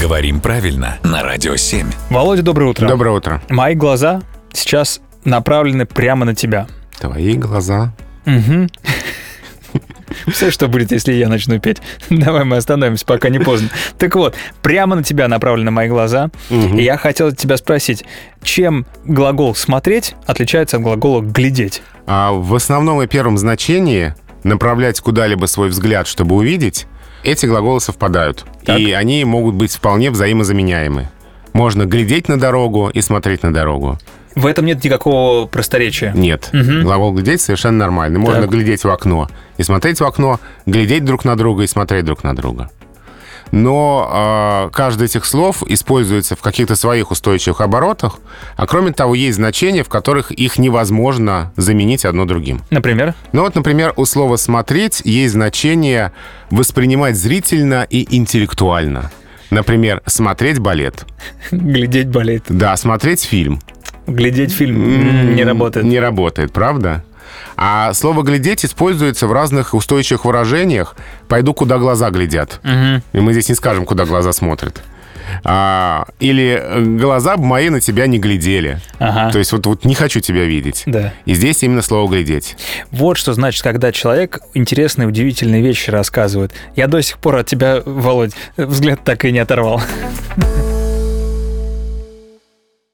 Говорим правильно на Радио 7. Володя, доброе утро. Доброе утро. Мои глаза сейчас направлены прямо на тебя. Твои глаза. Угу. Все, что будет, если я начну петь. Давай мы остановимся, пока не поздно. Так вот, прямо на тебя направлены мои глаза. Мгм. И я хотел тебя спросить, чем глагол «смотреть» отличается от глагола «глядеть»? А в основном и первом значении направлять куда-либо свой взгляд, чтобы увидеть, эти глаголы совпадают. Так. И они могут быть вполне взаимозаменяемы. Можно глядеть на дорогу и смотреть на дорогу. В этом нет никакого просторечия. Нет. Мгм. Глагол глядеть совершенно нормально. Можно Так. глядеть в окно и смотреть в окно, глядеть друг на друга и смотреть друг на друга. Но э, каждое из этих слов используется в каких-то своих устойчивых оборотах, а кроме того, есть значения, в которых их невозможно заменить одно другим. Например? Ну вот, например, у слова «смотреть» есть значение «воспринимать зрительно и интеллектуально». Например, «смотреть балет». Глядеть болеет. Да, «смотреть фильм». Глядеть фильм м, не работает. Не работает, правда? А слово «глядеть» используется в разных устойчивых выражениях. «Пойду, куда глаза глядят». Мгм. И мы здесь не скажем, куда глаза смотрят. А, или э, «глаза б мои на тебя не глядели». Ага. То есть вот, вот не хочу тебя видеть. Да. И здесь именно слово «глядеть». Вот что значит, когда человек интересные, удивительные вещи рассказывает. Я до сих пор от тебя, Володь, взгляд так и не оторвал.